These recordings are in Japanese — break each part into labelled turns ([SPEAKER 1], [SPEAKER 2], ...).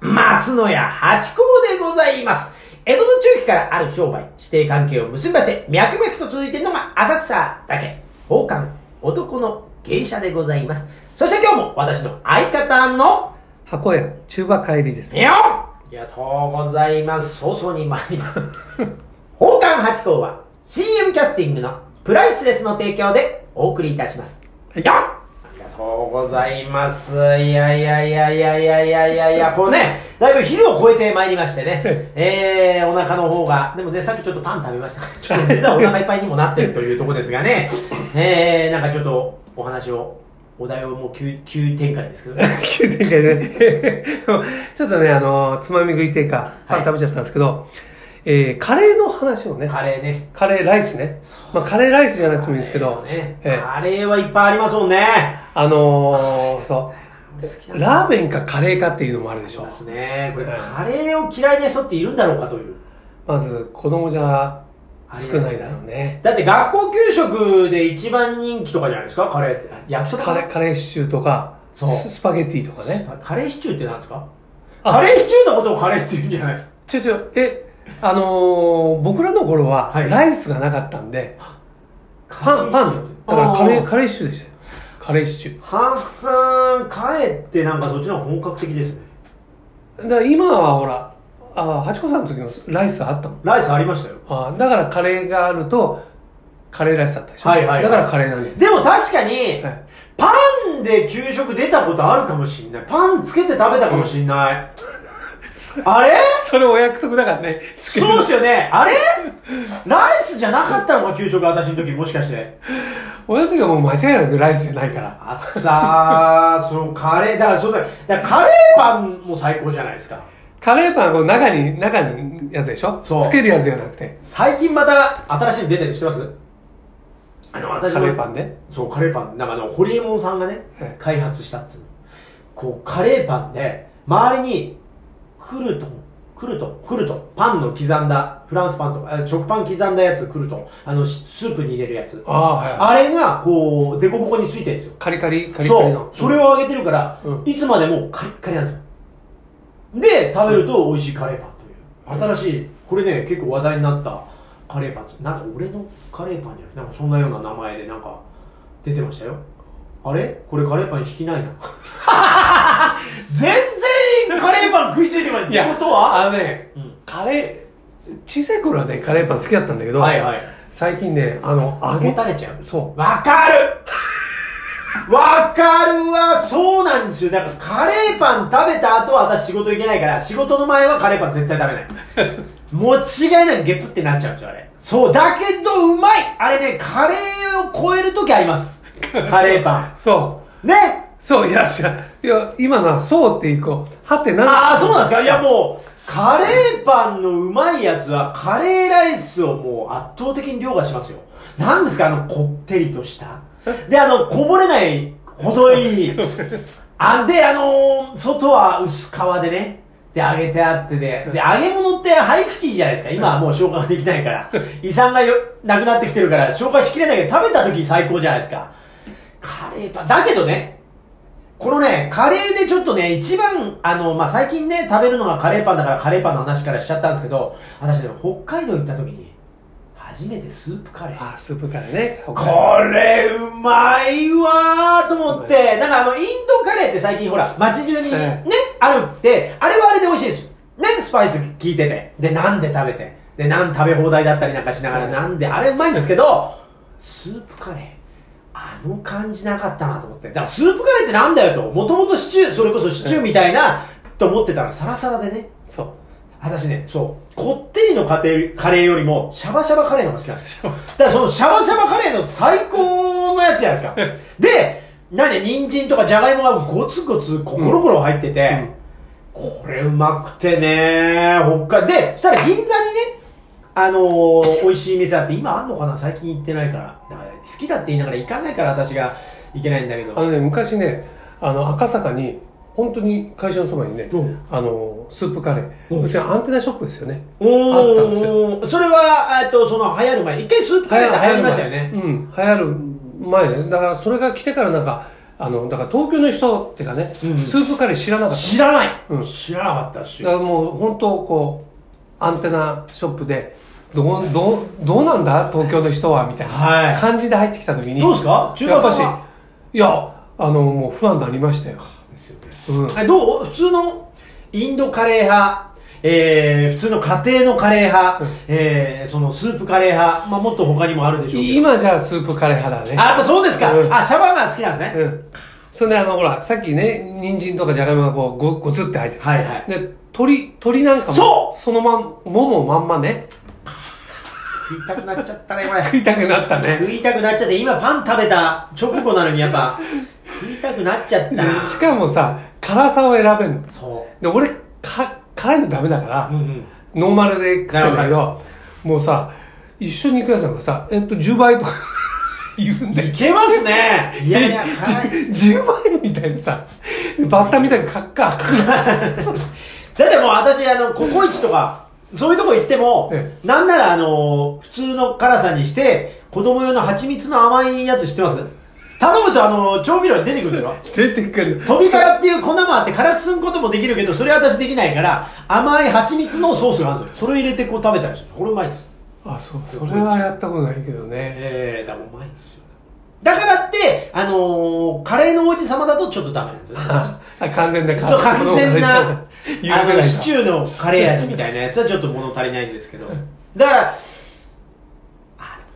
[SPEAKER 1] 松野屋八甲でございます。江戸の中期からある商売、指定関係を結びまして、脈々と続いているのが浅草だけ、宝冠、男の芸者でございます。そして今日も私の相方の、
[SPEAKER 2] 箱屋、中馬帰りです。
[SPEAKER 1] よありがとうございます。早々に参ります。宝冠八甲は CM キャスティングのプライスレスの提供でお送りいたします。
[SPEAKER 2] はい
[SPEAKER 1] よありがとうございます。いやいやいやいやいやいやいやいや、こうね、だいぶ昼を超えて参りまして ね、えー、お腹の方が、でもね、さっきちょっとパン食べました。 ちょっと実はお腹いっぱいにもなってるというところですがね、えー、なんかちょっとお話を、お題をもう急、急展開ですけどね。
[SPEAKER 2] 急展開でね。ちょっとね、あの、つまみ食いていうか、パン食べちゃったんですけど、えー、カレーの話をね、
[SPEAKER 1] カレーね。
[SPEAKER 2] カレーライスね。まあ、カレーライスじゃなくてもいいんですけど、
[SPEAKER 1] ね
[SPEAKER 2] えー
[SPEAKER 1] カレーはいっぱいありますもんね。
[SPEAKER 2] あのー、そ
[SPEAKER 1] 好き
[SPEAKER 2] う、ラーメンかカレーかっていうのもあるでしょ
[SPEAKER 1] で。すね。これ、カレーを嫌いな人っているんだろうかという。
[SPEAKER 2] まず、子供じゃ少ないだろうね。
[SPEAKER 1] だって学校給食で一番人気とかじゃないですかカレーって。焼きそば
[SPEAKER 2] カレー、カレーシチューとか、
[SPEAKER 1] そう
[SPEAKER 2] ススパゲッティとかね。
[SPEAKER 1] カレーシチューって何ですか
[SPEAKER 2] あ
[SPEAKER 1] カレーシチューのことをカレーって言うんじゃない
[SPEAKER 2] ちょちょ、え、あのー、僕らの頃は、
[SPEAKER 1] はい
[SPEAKER 2] ライスがなかったんで、パン、
[SPEAKER 1] カ
[SPEAKER 2] パ
[SPEAKER 1] レーシチュ
[SPEAKER 2] ン
[SPEAKER 1] ー。
[SPEAKER 2] だからカレ
[SPEAKER 1] あー
[SPEAKER 2] ー、カレーシチューでしたよ。カレーシチュ
[SPEAKER 1] 半々、カレーってなんかそっちの方が本格的ですね。
[SPEAKER 2] ー。だから今はほら、あー、ハチコさんの時のライスあったもん。
[SPEAKER 1] ライスありましたよ。
[SPEAKER 2] あーだからカレーがあると、カレーライスだったでしょ。
[SPEAKER 1] はいはいはい
[SPEAKER 2] だからカレーなんです。
[SPEAKER 1] でも確かに、
[SPEAKER 2] はい
[SPEAKER 1] パンで給食出たことあるかもしんない。パンつけて食べたかもしん ない。あれ
[SPEAKER 2] それお約束だからね、つける
[SPEAKER 1] そうですよね。あれライスじゃなかったのか、給食私の時もしかして。
[SPEAKER 2] 俺の時はもう間違いなくライスじゃないから。
[SPEAKER 1] あっさー、そのカレー、だからそうだ、だからカレーパンも最高じゃないですか。
[SPEAKER 2] カレーパンはこう中に、中にやつでしょ
[SPEAKER 1] そう
[SPEAKER 2] つけるやつじゃなくて、
[SPEAKER 1] 最近また新しいの出てるの知ってますあの、私
[SPEAKER 2] カ
[SPEAKER 1] の
[SPEAKER 2] レーパンで。
[SPEAKER 1] そう、カレーパン、なんかあの、ホリエモンさんがね
[SPEAKER 2] はい、
[SPEAKER 1] 開発したっつうの。こう、カレーパンで、周りに、クルトン、クルトン、クルトン、パンの刻んだ、フランスパンとか、あ食パン刻んだやつ、クルトン、あの、しスープに入れるやつ。
[SPEAKER 2] ああ、はいはい。
[SPEAKER 1] あれが、こう、デコボコについてるんですよ。
[SPEAKER 2] カリカリ、カリカ
[SPEAKER 1] そ
[SPEAKER 2] リ
[SPEAKER 1] う
[SPEAKER 2] の。。
[SPEAKER 1] それを揚げてるから、
[SPEAKER 2] うん
[SPEAKER 1] いつまでもカリッカリなんですよ。で、食べると美味しいカレーパンという。新しい、これね、結構話題になったカレーパンです。なんか俺のカレーパンじゃなくて、なんかそんなような名前でなんか出てましたよ。あれこれカレーパン引きないな。 全然カレーパン食いついてこない。っ
[SPEAKER 2] い
[SPEAKER 1] て
[SPEAKER 2] や、
[SPEAKER 1] ことは
[SPEAKER 2] あのね、
[SPEAKER 1] うん
[SPEAKER 2] カレー、小さい頃はね、カレーパン好きだったんだけど、
[SPEAKER 1] はいはい。
[SPEAKER 2] 最近ね、あの、揚げ
[SPEAKER 1] もたれちゃう
[SPEAKER 2] そ
[SPEAKER 1] わかるわかるわそうなんですよ。だからカレーパン食べた後は私仕事行けないから、仕事の前はカレーパン絶対食べない。もう違いないゲップってなっちゃうんですよ、あれ。そう、だけどうまいあれね、カレーを超える時あり ます。カレーパ
[SPEAKER 2] う。 そう。
[SPEAKER 1] ン。ね
[SPEAKER 2] そう、いや、違う。いや、今のは、そうっていう、こう、はてな。
[SPEAKER 1] ああ、そうなんですかいやもう、カレーパンのうまいやつは、カレーライスをもう圧倒的に凌駕しますよ。なんですかあの、こってりとした。で、あの、こぼれない、程いい。あ、で、あのー外は薄皮でね。で、揚げてあってで。で、揚げ物って早口じゃないですか。今はもう消化ができないから。胃酸がよ、なくなってきてるから、消化しきれないけど、食べた時最高じゃないですか。カレーパン。だけどね、このね、カレーでちょっとね、一番、あの、まあ、最近ね、食べるのがカレーパンだからカレーパンの話からしちゃったんですけど、私ね、北海道行った時に、初めてスープカレー。
[SPEAKER 2] あースープカレーね。
[SPEAKER 1] これうまいわーと思って、なんかあの、インドカレーって最近ほら、街中にね
[SPEAKER 2] え、
[SPEAKER 1] あるって、あれはあれで美味しいですよ。ね、スパイス効いてて。で、なんで食べて。で、なん食べ放題だったりなんかしながら、
[SPEAKER 2] うん
[SPEAKER 1] なんで、あれうまいんですけど、スープカレー。あの感じなかったなと思って。だからスープカレーってなんだよと。もともとシチュー、それこそシチューみたいな、と思ってたらサラサラでね。
[SPEAKER 2] そう。
[SPEAKER 1] 私ね、そう、こってりの家庭カレーよりも、シャバシャバカレーの方が好きなん ですよ。だからそのシャバシャバカレーの最高のやつじゃないですか。 で、何人参とかじゃがいもがゴツゴツ、ココロコロ入ってて、これうまくてね、北海で、したら銀座にね、あのー、美味しい店あって、今あんのかな最近行ってないから。だから好きだって言いながら行かないから私が行けないんだけど。
[SPEAKER 2] あのね、昔ね、あの、赤坂に、本当に会社のそばにね
[SPEAKER 1] うん、
[SPEAKER 2] あの、スープカレー。
[SPEAKER 1] うん
[SPEAKER 2] 要するにアンテナショップですよね。
[SPEAKER 1] お
[SPEAKER 2] あったんです
[SPEAKER 1] ー、それは、えっと、その流行る前、一回スープカレーって流行りましたよね。
[SPEAKER 2] うん、流行る前ね。だから、それが来てからなんか、あの、だから東京の人っていうかね、
[SPEAKER 1] うん
[SPEAKER 2] スープカレー知らなかっ
[SPEAKER 1] 知らない、
[SPEAKER 2] うん
[SPEAKER 1] 知らなかったです
[SPEAKER 2] た。だ
[SPEAKER 1] よ。
[SPEAKER 2] からもう本当こう、アンテナショップで、どう、どう、どうなんだ東京の人はみたい
[SPEAKER 1] はい
[SPEAKER 2] な感じで入ってきた時に。
[SPEAKER 1] どうですか中
[SPEAKER 2] や
[SPEAKER 1] 華
[SPEAKER 2] っぱ
[SPEAKER 1] さ
[SPEAKER 2] し
[SPEAKER 1] んは。
[SPEAKER 2] いや、あの、もう不安になりましたよ。
[SPEAKER 1] ですよね
[SPEAKER 2] うん。
[SPEAKER 1] えどう普通のインドカレー派、えー、普通の家庭のカレー派、えー、そのスープカレー派、まあ、もっと他にもあるでしょうけど。
[SPEAKER 2] 今じゃあスープカレー派だね。
[SPEAKER 1] あ、やっぱそうですか、
[SPEAKER 2] うん
[SPEAKER 1] あ、シャバが好きなんですね。
[SPEAKER 2] うん。それであの、ほら、さっきね、人参とかじゃがいもがこう、ご、ごつって入ってる。
[SPEAKER 1] はいはい。
[SPEAKER 2] で、鳥、鳥なんかも、
[SPEAKER 1] そう
[SPEAKER 2] そのまん、ももまんまね、
[SPEAKER 1] 食いたくなっちゃったね、これ。
[SPEAKER 2] 食いたくなったね。
[SPEAKER 1] 食いたくなっちゃって、今パン食べた直後なのにやっぱ、食いたくなっちゃった。
[SPEAKER 2] しかもさ、辛さを選べんの。
[SPEAKER 1] そ
[SPEAKER 2] で、俺、か、辛いのダメだから
[SPEAKER 1] う。う、んうん。
[SPEAKER 2] ノーマルで食ってんだけど、もうさ、一緒に行くやつなんかさ、えっと、10倍とか 言うんだよ
[SPEAKER 1] い。けますねいやいや、辛い。
[SPEAKER 2] 10倍みたいなさ、バッタみたいにカッカーカッカー
[SPEAKER 1] だってもう私、あの、ココイチとか、そういうとこ行っても
[SPEAKER 2] え、
[SPEAKER 1] なんならあの、普通の辛さにして、子供用の蜂蜜の甘いやつ知ってます頼むとあの、調味料出てくるんだよ。
[SPEAKER 2] 出てくる。
[SPEAKER 1] 飛び辛っていう粉もあって辛くすんこともできるけど、それ私できないから、甘い蜂蜜のソースがあるのよ。それ入れてこう食べたりする。これうまいです。
[SPEAKER 2] あ、そう、それはやったことないけどね。
[SPEAKER 1] ええー、だからうまいですよ。だからって、あのー、カレーの王子様だとちょっとダメなんですよね。
[SPEAKER 2] あ、完全 な
[SPEAKER 1] そう、完全な、
[SPEAKER 2] 許せな
[SPEAKER 1] あ
[SPEAKER 2] い
[SPEAKER 1] の、
[SPEAKER 2] な。
[SPEAKER 1] シチューのカレー味みたいなやつはちょっと物足りないんですけど。だから、あ、でも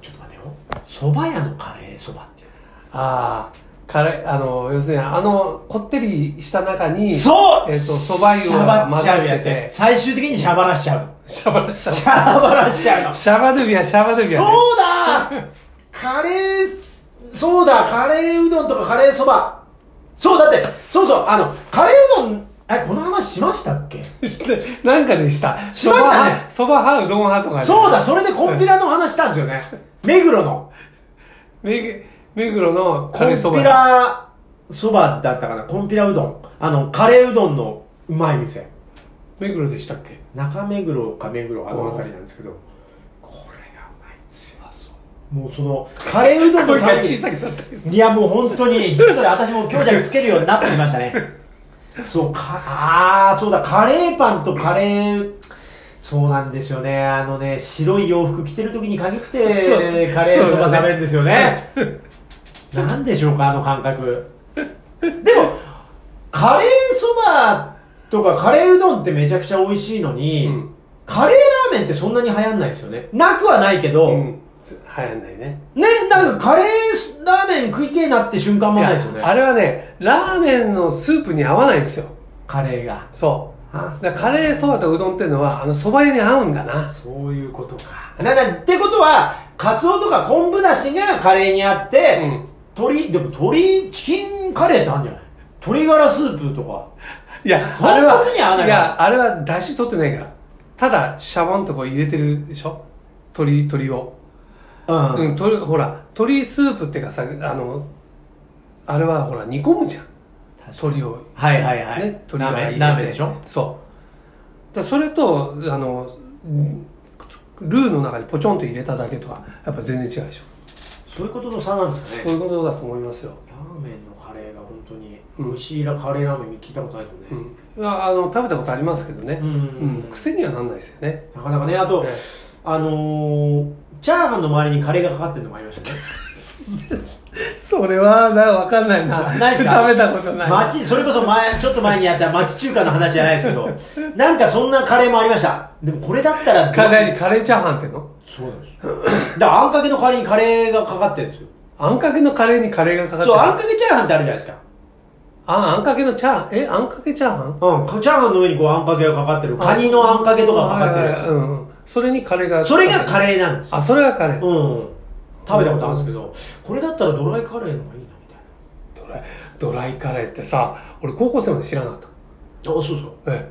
[SPEAKER 1] ちょっと待ってよ。蕎麦屋のカレー蕎麦っていう。
[SPEAKER 2] ああ、カレー、あの、要するに、あの、こってりした中に、
[SPEAKER 1] そう
[SPEAKER 2] えっと、蕎麦
[SPEAKER 1] し
[SPEAKER 2] 油
[SPEAKER 1] ゃ
[SPEAKER 2] が
[SPEAKER 1] ば
[SPEAKER 2] 混
[SPEAKER 1] っちゃ
[SPEAKER 2] ざ
[SPEAKER 1] う
[SPEAKER 2] っ
[SPEAKER 1] や
[SPEAKER 2] て
[SPEAKER 1] つ
[SPEAKER 2] て。、
[SPEAKER 1] 最終的にしゃばらしちゃう。
[SPEAKER 2] シャバラシャ
[SPEAKER 1] しゃばらしちゃうの。
[SPEAKER 2] バ。
[SPEAKER 1] そ
[SPEAKER 2] シャバドゥビア、シャバドゥビアね。
[SPEAKER 1] うだカレー、そうだ、カレーうどんとかカレー蕎麦。そう、だって、そうそう、あの、カレーうどん、え、この話しましたっけ
[SPEAKER 2] してなんかでした。
[SPEAKER 1] しましたね
[SPEAKER 2] そば派、うどん派とかね
[SPEAKER 1] そうだ、それでコンピラの話したんですよね。目黒の。
[SPEAKER 2] めぐ、目黒のカ
[SPEAKER 1] コン
[SPEAKER 2] レーそば。
[SPEAKER 1] ピラそばだったかなコンピラうどん。あの、カレーうどんのうまい店。
[SPEAKER 2] 目黒でしたっけ
[SPEAKER 1] 中目黒か目黒、あの辺りなんですけど、これがうまいんですよ。もうその、カレーうどんの
[SPEAKER 2] 声が
[SPEAKER 1] ため
[SPEAKER 2] 小
[SPEAKER 1] に、
[SPEAKER 2] さくなったけど。
[SPEAKER 1] いやもう本当に、それ私も強弱つけるようになってきましたね。そうか、あー、そうだ、カレーパンとカレー、そうなんですよね。あのね、白い洋服着てる時に限って、
[SPEAKER 2] そう
[SPEAKER 1] カレーそば食べるんですよね。
[SPEAKER 2] そうだね
[SPEAKER 1] なんでしょうか、あの感覚。でも、カレーそばとかカレーうどんってめちゃくちゃ美味しいのに、
[SPEAKER 2] うん
[SPEAKER 1] カレーラーメンってそんなに流行んないですよね。なくはないけど、
[SPEAKER 2] そううん。流行んないね。
[SPEAKER 1] ね、なんかカレーラーメン食いてえなって瞬間もないですよ
[SPEAKER 2] い
[SPEAKER 1] ね
[SPEAKER 2] や。あれはね、ラーメンのスープに合わないんですよ。
[SPEAKER 1] カレーが。
[SPEAKER 2] そう。
[SPEAKER 1] あ
[SPEAKER 2] だからカレーそばとうどんっていうのは、あの、そば湯に合うんだな。
[SPEAKER 1] そういうことか。なんだ、ってことは、カツオとか昆布だしがカレーにあって、
[SPEAKER 2] うん
[SPEAKER 1] 鶏、でも鶏、チキンカレーってあるんじゃない鶏ガラスープとか。
[SPEAKER 2] いや、
[SPEAKER 1] 豚
[SPEAKER 2] あれは、
[SPEAKER 1] 骨に合わない
[SPEAKER 2] いや、あれは出汁取ってないから。ただ、シャボンとこう入れてるでしょ鶏、鶏を。
[SPEAKER 1] うん
[SPEAKER 2] うん、鶏、ほら、鶏スープってかさ、あの、あれはほら、煮込むじゃん。鶏を。
[SPEAKER 1] はいはいはい。
[SPEAKER 2] ね、鶏
[SPEAKER 1] ラ
[SPEAKER 2] が
[SPEAKER 1] ー
[SPEAKER 2] 入
[SPEAKER 1] メ
[SPEAKER 2] れて
[SPEAKER 1] ン、ラーメンでしょ
[SPEAKER 2] そう。だそれと、あの、ルーの中にポチョンと入れただけとは、やっぱ全然違うでしょ。
[SPEAKER 1] そういうことの差なんですか
[SPEAKER 2] そう
[SPEAKER 1] ね。
[SPEAKER 2] いうことだと思いますよ。
[SPEAKER 1] ラーメンのカレーが本当に、美味しいラカレーラーメン聞いたことないもんね。
[SPEAKER 2] うん。いやあの、食べたことありますけどね。
[SPEAKER 1] うん
[SPEAKER 2] うん癖にはなんないですよ ね。
[SPEAKER 1] なかなかね、あと、
[SPEAKER 2] ね
[SPEAKER 1] あのー、チャーハンの周りにカレーがかかってるのもありましたね。
[SPEAKER 2] それは、な、わかんないな。
[SPEAKER 1] ないですか
[SPEAKER 2] 食べたことない。
[SPEAKER 1] 町、それこそ前、ちょっと前にやった町中華の話じゃないですけど、 なんかそんなカレーもありました。でもこれだったら、
[SPEAKER 2] カレーにカレーチャーハンっての
[SPEAKER 1] そうなんですよ。だからあんかけの代わりにカレーがかかってるんですよ。
[SPEAKER 2] あんかけのカレーにカレーがかかってる
[SPEAKER 1] そう、あんかけチャーハンってあるじゃないですか。
[SPEAKER 2] あ、あんかけのチャーハン。え、あんかけチャーハン
[SPEAKER 1] うん、チャーハンの上にこうあんかけがかかってる。カニのあんかけとかがかかってるやつ
[SPEAKER 2] はいはいはいうんうん。それにカレーが。
[SPEAKER 1] それがカレーなんですよ。
[SPEAKER 2] あ、それがカレー。
[SPEAKER 1] うん。食べたことあるんですけど、これだったらドライカレーの方がいいな、みたい
[SPEAKER 2] ドライ、ドライカレーってさ、俺高校生まで知らなかっ
[SPEAKER 1] な。あ、そうですか。
[SPEAKER 2] た。え、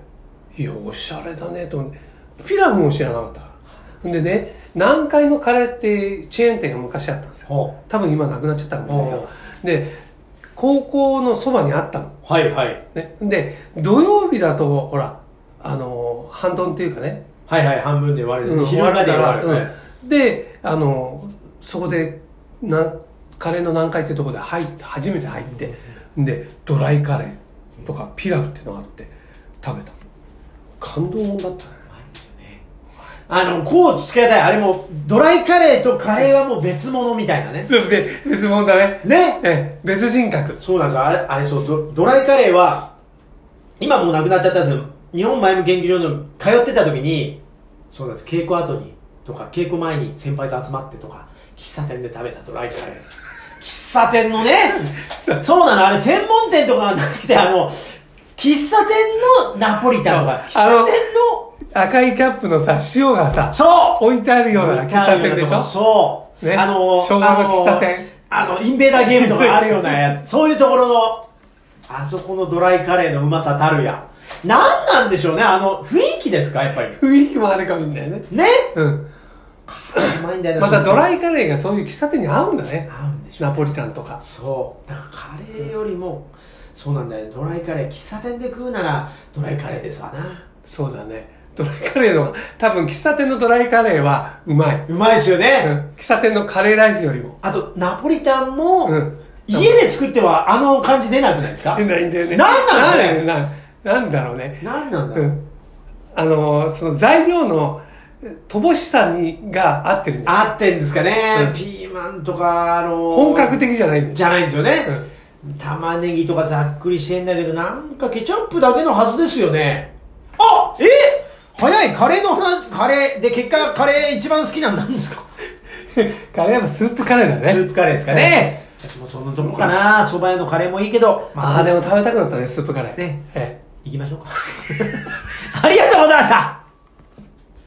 [SPEAKER 2] いや、おしゃれだね、と思って。ピラフも知らなかったから。んでね、南海のカレーってチェーン店が昔あったんですよ。
[SPEAKER 1] は
[SPEAKER 2] 多分今なくなっちゃったんだけど。で、高校のそばにあったの。
[SPEAKER 1] あ、はいはい。
[SPEAKER 2] ね、で、土曜日だと、ほら、あの、半ドンっていうかね、
[SPEAKER 1] はいはい、半分で割れ
[SPEAKER 2] う
[SPEAKER 1] る。
[SPEAKER 2] ん、
[SPEAKER 1] 昼間で割れる。はい
[SPEAKER 2] うんで、あの、そこで、な、カレーの南海ってとこで入って、初めて入って、でドライカレーとかピラフっていうのがあって食べた感動もんだったね
[SPEAKER 1] あの、こう付けたい。あれも、ドライカレーとカレーはもう別物みたいなね。
[SPEAKER 2] そうべ別物だね
[SPEAKER 1] ね
[SPEAKER 2] ええ別人格
[SPEAKER 1] そうなんですよ。あれ、あれそう、ドドライカレーは、今もうなくなっちゃったんですけど、日本前向研究所の通ってた時に、そうなんです。稽古後に、とか、稽古前に先輩と集まってとか、喫茶店で食べたドライカレー。喫茶店 のね、そうなの、あれ専門店とかがなくて、あの、喫茶店のナポリタンとか、喫茶
[SPEAKER 2] あ
[SPEAKER 1] 店
[SPEAKER 2] の
[SPEAKER 1] の、
[SPEAKER 2] 赤いキャップのさ塩がさ
[SPEAKER 1] そう
[SPEAKER 2] 置いてあるような喫茶店でしょ
[SPEAKER 1] そう。
[SPEAKER 2] ね
[SPEAKER 1] あの、
[SPEAKER 2] 昭和の喫茶店
[SPEAKER 1] あの。あの、インベーダーゲームとかあるようなやつ。そういうところの、あそこのドライカレーのうまさたるや。なんなんでしょうね、あの、雰囲気ですか、やっぱり。
[SPEAKER 2] 雰囲気もあるかもしれないね
[SPEAKER 1] ね
[SPEAKER 2] うん
[SPEAKER 1] うまいんだよね。
[SPEAKER 2] またド
[SPEAKER 1] イ。
[SPEAKER 2] ライカレーがそういう喫茶店に合うんだね
[SPEAKER 1] 合うんでしょ。
[SPEAKER 2] ナポリタンとか
[SPEAKER 1] そう。だからカレーよりも、そうなんだよ、ドライカレー。喫茶店で食うなら、ドライカレーですわな。
[SPEAKER 2] そうだねドライカレーの方が多分喫茶店のドライカレーはうまい、
[SPEAKER 1] うまいですよ
[SPEAKER 2] う
[SPEAKER 1] ね。
[SPEAKER 2] ん、喫茶店のカレーライスよりも
[SPEAKER 1] あと、ナポリタンも、
[SPEAKER 2] うん
[SPEAKER 1] 家で作ってはあの感じ出なくないですか
[SPEAKER 2] 出ないんだよね
[SPEAKER 1] なんなんだよ
[SPEAKER 2] なんなんなんだろうね
[SPEAKER 1] なんなんだ
[SPEAKER 2] う
[SPEAKER 1] ろう。
[SPEAKER 2] んあのその材料の乏しさにが合ってるんだよ
[SPEAKER 1] 合ってんですかね、
[SPEAKER 2] うん
[SPEAKER 1] ピーマンとか、あのー
[SPEAKER 2] 本格的じゃないんだ
[SPEAKER 1] じ
[SPEAKER 2] よ
[SPEAKER 1] ゃないんですよね、玉ねぎとかざっくりしてんだけどなんかケチャップだけのはずですよねあえ早いカレーの話カレーで結果カレー一番好きなんなんです か、
[SPEAKER 2] カレーはスープカレーだ
[SPEAKER 1] スー
[SPEAKER 2] ね
[SPEAKER 1] プカレーですかね私もそんなとこかなそば屋のカレーもいいけどま
[SPEAKER 2] ああでも食べたくなったねスープカレー
[SPEAKER 1] ね
[SPEAKER 2] ええ
[SPEAKER 1] 行きましょうか ありがとうございました